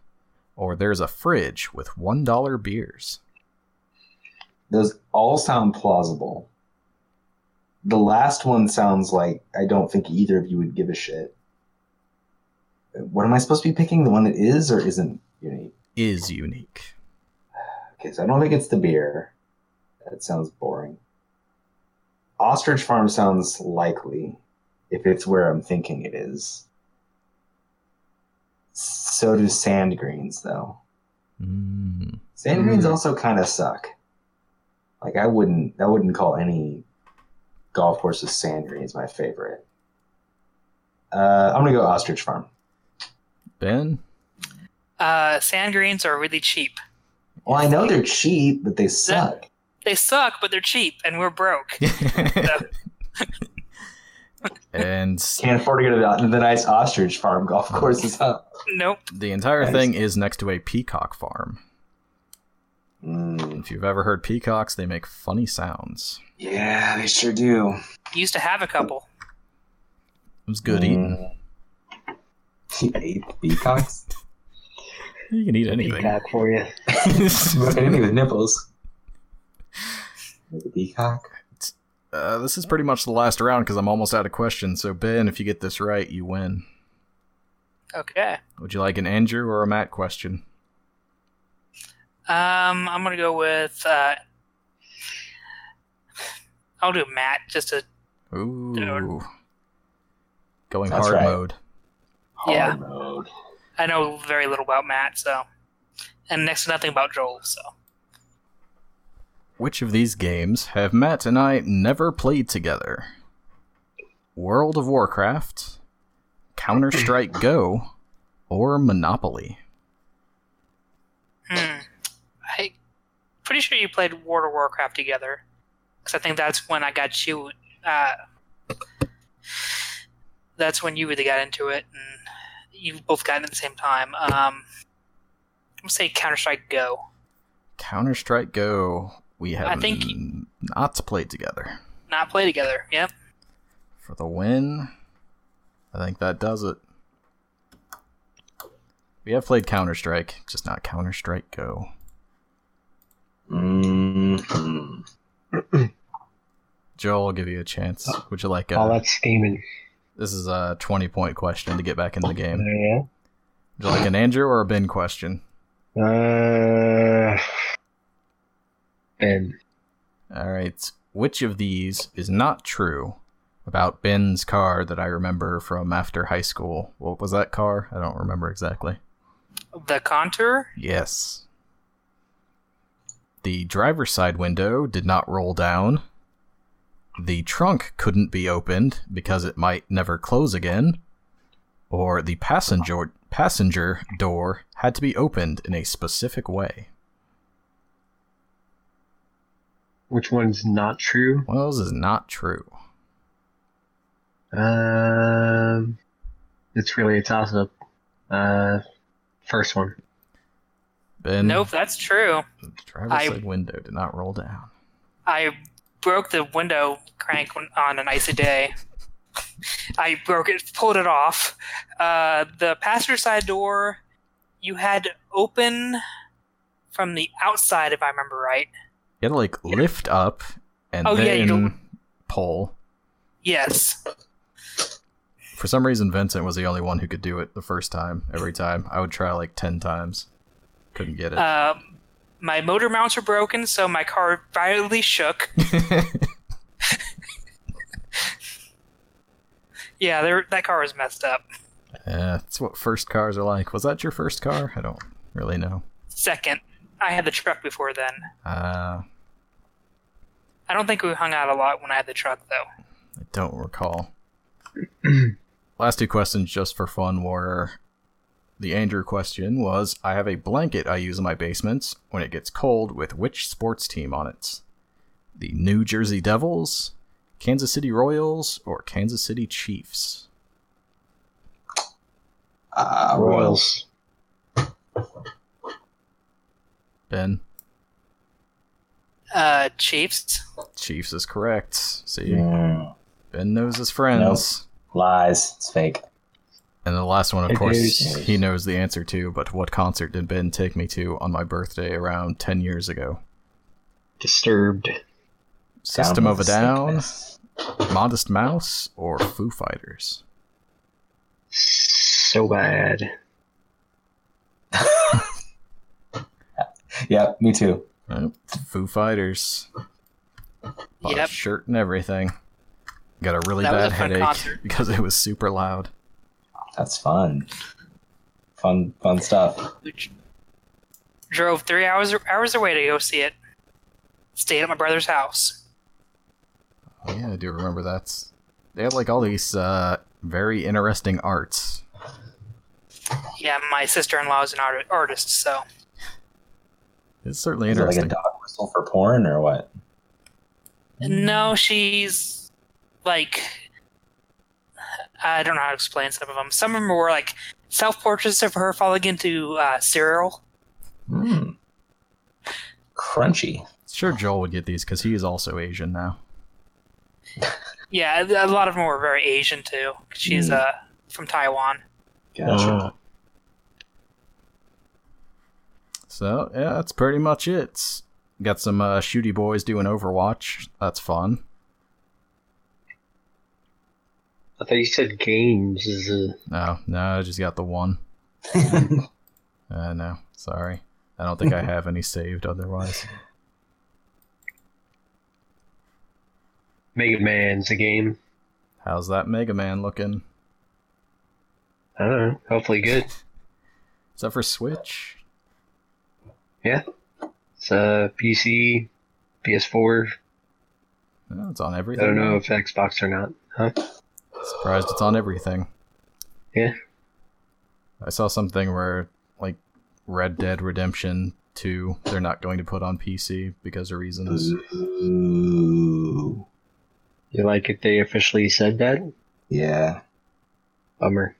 A: Or there's a fridge with $1 beers.
C: Those all sound plausible. The last one sounds like I don't think either of you would give a shit. What am I supposed to be picking? The one that is or isn't unique?
A: Is unique.
C: Okay, so I don't think it's the beer. That sounds boring. Ostrich Farm sounds likely if it's where I'm thinking it is. So do sand greens, though.
A: Mm.
C: Sand greens
B: Mm.
C: also kind of suck. Like I wouldn't, I wouldn't call any golf course with scenery is my favorite. Uh, I'm gonna go ostrich farm.
A: Ben?
D: Uh, sand greens are really cheap.
C: Well, I know they're cheap, but they suck.
D: They suck, but they're cheap, and we're broke.
A: and
C: Can't afford to go to the, the nice ostrich farm golf course is up.
D: nope.
A: the entire
C: Nice.
A: thing is next to a peacock farm.
C: Mm,
A: If you've ever heard peacocks, they make funny sounds.
C: yeah, they sure do.
D: Used to have a couple.
A: It was good eating.
C: She Mm. ate peacocks.
A: You can eat
B: Be
A: anything.
B: back for you.
C: Anything with nipples. Peacock.
A: Uh, this is pretty much the last round because I'm almost out of questions. So Ben, if you get this right, you win.
D: Okay.
A: Would you like an Andrew or a Matt question?
D: Um, I'm gonna go with. Uh, I'll do Matt just to
A: Ooh,
D: Dude.
A: going
C: That's
A: hard
C: right.
A: mode.
C: Hard
D: Yeah.
C: mode.
D: I know very little about Matt, so and next to nothing about Joel, so
A: Which of these games have Matt and I never played together? World of Warcraft, Counter Strike Go, or Monopoly?
D: hmm. I pretty sure you played World of Warcraft together because I think that's when I got you. Uh, that's when you really got into it, and you both got it at the same time. Um, I'm gonna say Counter Strike Go.
A: Counter Strike Go. We have
D: think-
A: n- not played together.
D: Not play together. Yep.
A: For the win, I think that does it. We have played Counter Strike, just not Counter Strike Go.
C: Mhm.
A: Joel, I'll give you a chance. Would you like
B: All
A: a?
B: that scheming.
A: This is a twenty-point question to get back in the game.
B: Yeah.
A: Would you like an Andrew or a Ben question?
B: Uh, ben.
A: All right. Which of these is not true about Ben's car that I remember from after high school? What was that car? I don't remember exactly.
D: The contour.
A: Yes. The driver's side window did not roll down. The trunk couldn't be opened because it might never close again. Or the passenger passenger door had to be opened in a specific way.
B: Which one's not true?
A: One of those is not true.
B: Um, it's really a toss up. Uh, first one.
A: Ben,
D: Nope, that's true.
A: the driver's
D: I-
A: side window did not roll down.
D: I broke the window crank on- on an icy day. I broke it, pulled it off. Uh, the passenger side door, you had to open from the outside, if I remember right.
A: You had to like lift up and
D: Oh, yeah, you
A: then
D: don't-
A: pull.
D: Yes.
A: For some reason, Vincent was the only one who could do it the first time. Every time, I would try like ten times, couldn't get it.
D: Uh, my motor mounts were broken, so my car violently shook. Yeah, there- that car was messed up.
A: yeah, that's what first cars are like. Was that your first car? I don't really know.
D: Second, I had the truck before then.
A: Uh,
D: I don't think we hung out a lot when I had the truck, though.
A: I don't recall. Last two questions, just for fun, were the Andrew question was I have a blanket I use in my basement when it gets cold with which sports team on it? The New Jersey Devils, Kansas City Royals, or Kansas City Chiefs?
C: Uh, Royals.
A: Ben,
D: Uh, Chiefs.
A: Chiefs is correct. See,
C: Mm,
A: Ben knows his friends.
C: lies. It's fake.
A: And the last one, of
B: It
A: course,
B: is.
A: he knows the answer to, but what concert did Ben take me to on my birthday around 10 years ago?
B: Disturbed.
A: System
C: Down
A: of a
C: with the
A: Down,
C: sickness.
A: Modest Mouse, or Foo Fighters?
B: So bad.
C: Yeah, me too.
A: Yep, Foo Fighters. Bought a
D: Yep.
A: shirt and everything. Got a really
D: That was
A: bad
D: a fun
A: headache
D: concert.
A: because it was super loud.
C: That's fun. Fun, fun stuff.
D: which drove three hours hours away to go see it. Stayed at my brother's house.
A: Oh, Yeah, I do remember that. They had like all these uh, very interesting arts.
D: Yeah, my sister in law is an art- artist, so
A: It's certainly
C: Is it like
A: interesting.
C: a dog whistle for porn or what?
D: no, she's like I don't know how to explain some of them. Some of them were like self portraits of her falling into uh, cereal.
C: Hmm. Crunchy.
A: sure, Joel would get these because he is also Asian now.
D: Yeah, a a lot of them were very Asian too. 'cause She's
C: Mm.
D: uh, from Taiwan.
C: Gotcha.
B: Ah.
A: So yeah, that's pretty much it. Got some uh, shooty boys doing Overwatch. That's fun.
B: I thought you said games is a
A: No, no, I just got the one. Uh, no, sorry. I don't think I have any saved otherwise.
B: Mega Man's a game.
A: How's that Mega Man looking?
B: I don't know. Hopefully good.
A: Is that for Switch?
B: It's uh PC, PS4.
A: No, it's on
B: I
A: everything.
B: don't know if Xbox or not. Huh?
A: Surprised it's on everything.
B: Yeah.
A: I saw something where, like, Red Dead Redemption 2, they're not going to put on PC because of reasons.
C: Ooh.
B: You like if they officially said that?
C: Yeah.
B: Bummer.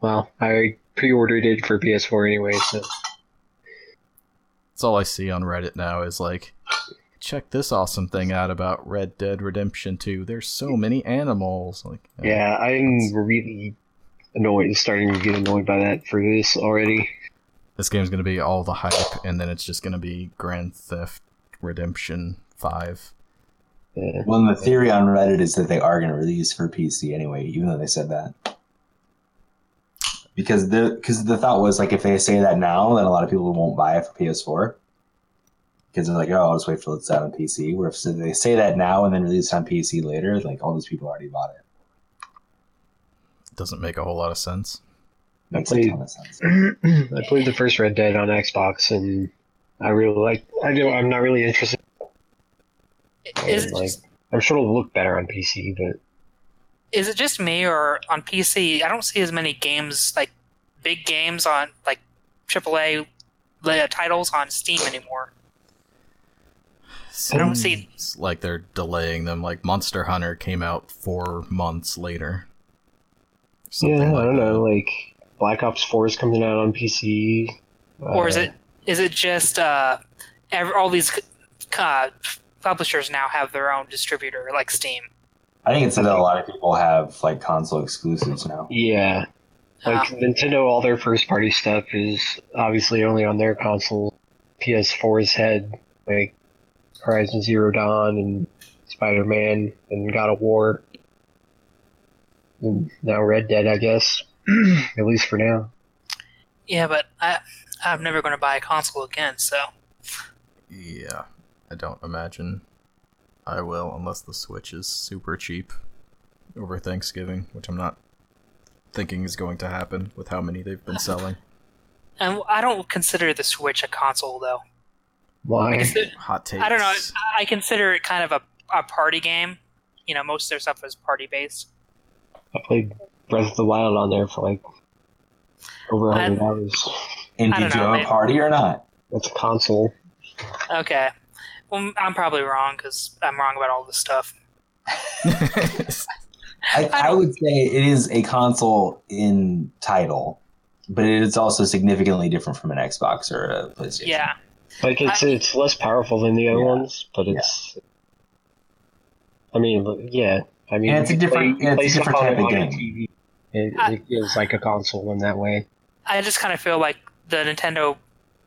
B: Well, I pre-ordered it for PS4 anyway, so
A: That's all I see on Reddit now is, like, check this awesome thing out about Red Dead Redemption 2. There's so many animals. Like, uh,
B: yeah,
A: that's-
B: I'm really annoyed. Starting to get annoyed by that for this already.
A: This game's going to be all the hype, and then it's just going to be Grand Theft Redemption 5.
B: Yeah.
C: Well, and the theory on Reddit is that they are going to release for PC anyway, even though they said that. Because the because the thought was like if they say that now, then a lot of people won't buy it for PS4. Because they're like, oh, I'll just wait till it's out on PC. Where if so they say that now and then release it on PC later, like all those people already bought it.
A: Doesn't make a whole lot of sense.
C: Makes a ton of sense.
B: I played the first Red Dead on Xbox, and I really like. I don't. I'm not really interested.
D: Is it
B: like,
D: just,
B: I'm sure it'll look better on PC, but
D: is it just me or on PC? I don't see as many games like big games on like AAA uh, titles on Steam anymore. I don't see-
A: Seems like they're delaying them. Like Monster Hunter came out four months later. Something
B: yeah,
A: like
B: I don't
A: that.
B: know. Like Black Ops Four is coming out on PC,
D: or is
B: Uh,
D: it is it just uh, ev all these uh, publishers now have their own distributor like Steam?
C: I think it's that a lot of people have like console exclusives now.
B: Yeah, like
D: Uh,
B: Nintendo, all their first party stuff is obviously only on their console. PS4's had like Horizon Zero Dawn and Spider Man and God of War. And now Red Dead, I guess, at least for now.
D: yeah, but I I'm never going to buy a console again. So
A: Yeah, I don't imagine I will unless the Switch is super cheap over Thanksgiving, which I'm not thinking is going to happen with how many they've been selling.
D: and I don't consider the Switch a console though. I
B: Why?
D: consider,
A: Hot takes.
D: I don't know. I consider it kind of a, a party game. You know, most of their stuff is party based.
B: I played Breath of the Wild on there for like over a 100 hours.
C: And
D: I
C: did
D: don't
C: you
D: know,
C: have a
D: man.
C: party or not?
B: That's a console.
D: Okay. Well, I'm probably wrong because I'm wrong about all this stuff.
C: I,
D: I
C: I
D: don't-
C: would say it is a console in title, but it is also significantly different from an Xbox or a PlayStation.
D: Yeah.
B: Like it's
D: I-
B: it's less powerful than the other
C: Yeah.
B: ones, but it's. I mean, l- yeah. I mean,
C: Yeah, it's a
B: you play-
C: different-
B: you
C: yeah, it's
B: play
C: a different
B: stuff on-
C: type of
B: on a
C: game.
B: TV. It,
D: I-
B: it feels like a console in that way.
D: I just kind of feel like the Nintendo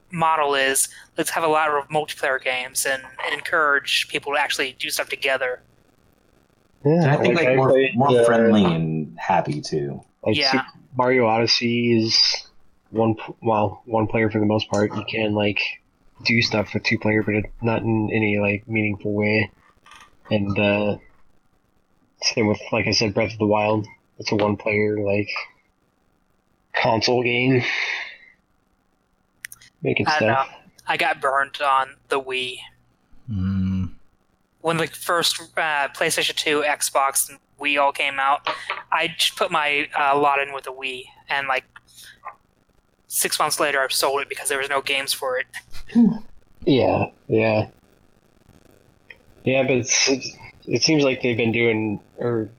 D: model is let's have a lot of multiplayer games and, and encourage people to actually do stuff together.
C: And
B: Yeah,
C: I think like more,
B: played,
C: more
B: uh,
C: friendly and happy too.
B: Like
D: Yeah.
B: Super Mario Odyssey is one p- well one player for the most part. You can like do stuff with two player, but it, not in any like meaningful way. And uh, same with like I said, Breath of the Wild. It's a one player like console game. Making
D: I don't
B: stuff.
D: know. I got burned on the Wii
A: Hmm.
D: when the first uh, PlayStation 2, Xbox, and Wii all came out, I just put my uh, lot in with a Wii, and like six months later, I sold it because there was no games for it.
B: Yeah, yeah, yeah. But it's, it's- it seems like they've been doing, or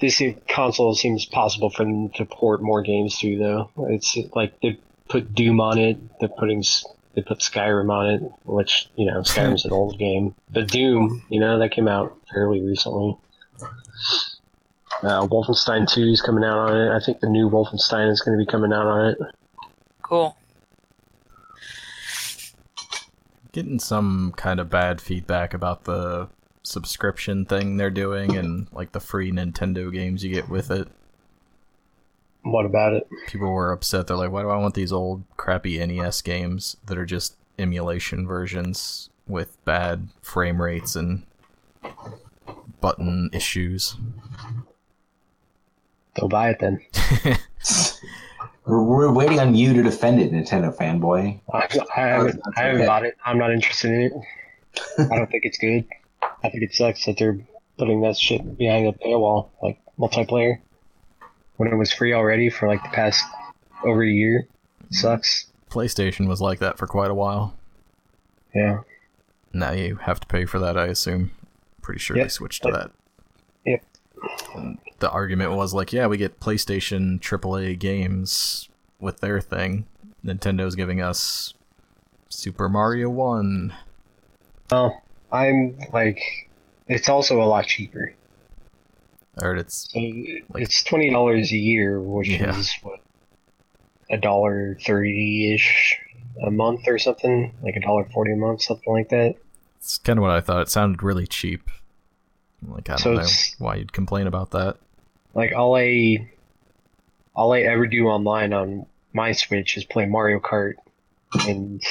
B: this se- console seems possible for them to port more games to. Though it's like they put Doom on it, they're putting, s- they put Skyrim on it, which you know Skyrim's an old game, but Doom, you know, that came out fairly recently. Uh, Wolfenstein 2 is coming out on it. I think the new Wolfenstein is going to be coming out on it.
D: Cool.
A: Getting some kind of bad feedback about the subscription thing they're doing and like the free Nintendo games you get with it.
B: What about it?
A: People were upset. They're like, why do I want these old crappy NES games that are just emulation versions with bad frame rates and button issues?
B: They'll buy it then.
C: We're, we're waiting on you to defend it, Nintendo fanboy.
B: I, I haven't,
C: Oh, that's
B: I haven't
C: okay.
B: bought it. I'm not interested in it. I don't think it's good. I think it sucks that they're putting that shit behind a paywall, like multiplayer, when it was free already for like the past over a year. sucks.
A: PlayStation was like that for quite a while.
B: Yeah.
A: Now you have to pay for that, I assume. Pretty sure they
B: Yep.
A: switched to that.
B: Yep.
A: And the argument was like, yeah, we get PlayStation AAA games with their thing. Nintendo's giving us Super Mario 1.
B: Well, I'm like, it's also a lot cheaper.
A: I heard it's
B: So it's twenty dollars a year, which
A: Yeah.
B: is what a dollar thirty ish a month or something, like a dollar forty a month, something like that.
A: it's kind of what I thought. It sounded really cheap. Like I don't
B: So
A: know
B: it's-
A: why you'd complain about that.
B: Like all I all I ever do online on my Switch is play Mario Kart and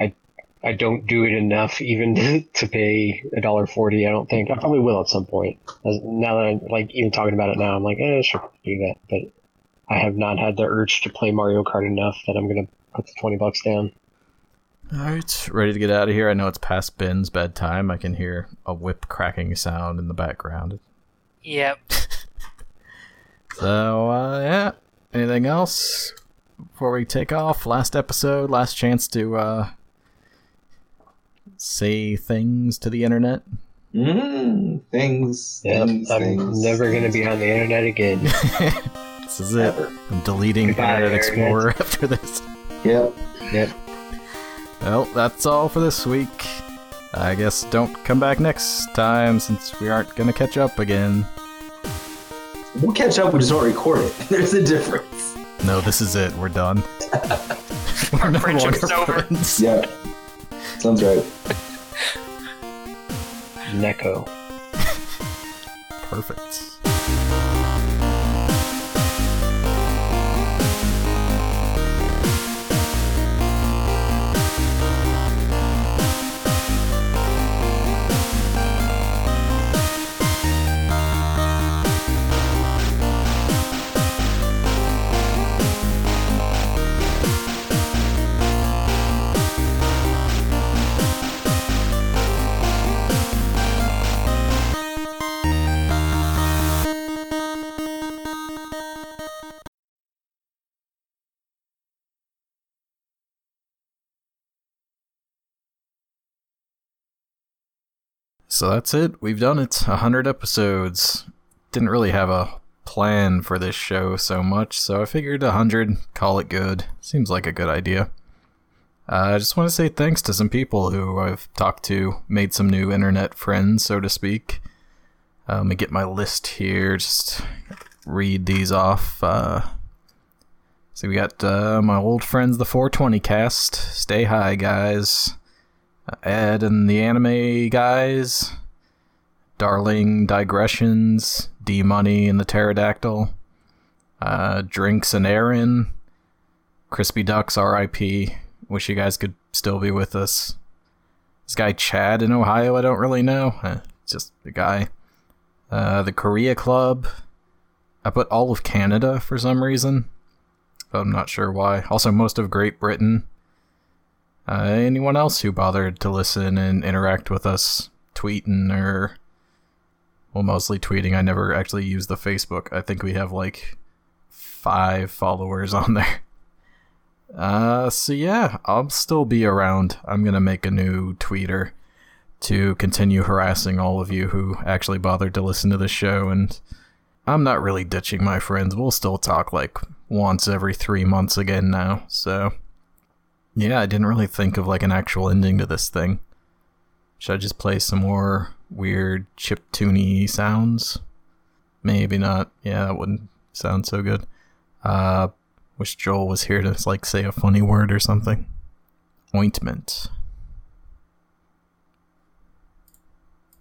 B: I I don't do it enough even to pay a dollar forty, I don't think. I probably will at some point. As- Now that I'm like even talking about it now, I'm like, eh, sure do that. But I have not had the urge to play Mario Kart enough that I'm gonna put the twenty bucks down.
A: All right, ready to get out of here. I know it's past Ben's bedtime. I can hear a whip cracking sound in the background.
D: Yep.
A: So uh, yeah, anything else before we take off? Last episode, last chance to uh, say things to the internet.
C: Mm, things,
B: Yep,
C: things,
B: I'm
C: things.
B: never gonna be on the internet again.
A: This is it.
C: Ever.
A: I'm deleting
B: Goodbye,
A: Internet
B: internet.
A: Explorer after this.
C: Yep.
A: Well, that's all for this week. I guess don't come back next time since we aren't gonna catch up again.
C: We'll catch up. We just won't record it. There's a difference.
A: No, this is it. We're done. We're no
D: friendship
A: longer
D: is over.
A: friends.
C: Yep. Sounds right.
B: Neko.
A: Perfect. So that's it. We've done it. A hundred episodes. Didn't really have a plan for this show so much, so I figured a hundred, call it good. Seems like a good idea. Uh, I just want to say thanks to some people who I've talked to, made some new internet friends, so to speak. Uh, let me get my list here. Just read these off. Uh, so we got uh, my old friends, the 420 cast. Stay high, guys. Ed and the anime guys, Darling Digressions, D Money and the Pterodactyl, uh, Drinks and Aaron, Crispy Ducks RIP. Wish you guys could still be with us. This guy Chad in Ohio, I don't really know. Eh, Just the guy. Uh, the Korea Club. I put all of Canada for some reason. I'm not sure why. Also, most of Great Britain. Uh, anyone else who bothered to listen and interact with us, tweeting or well, mostly tweeting. I never actually use the Facebook. I think we have like five followers on there. Uh, so yeah, I'll still be around. I'm gonna make a new tweeter to continue harassing all of you who actually bothered to listen to the show. And I'm not really ditching my friends. We'll still talk like once every three months again now. So yeah, I didn't really think of like an actual ending to this thing. Should I just play some more weird chiptune sounds? Maybe not. Yeah, that wouldn't sound so good. Uh, wish Joel was here to like say a funny word or something. Ointment.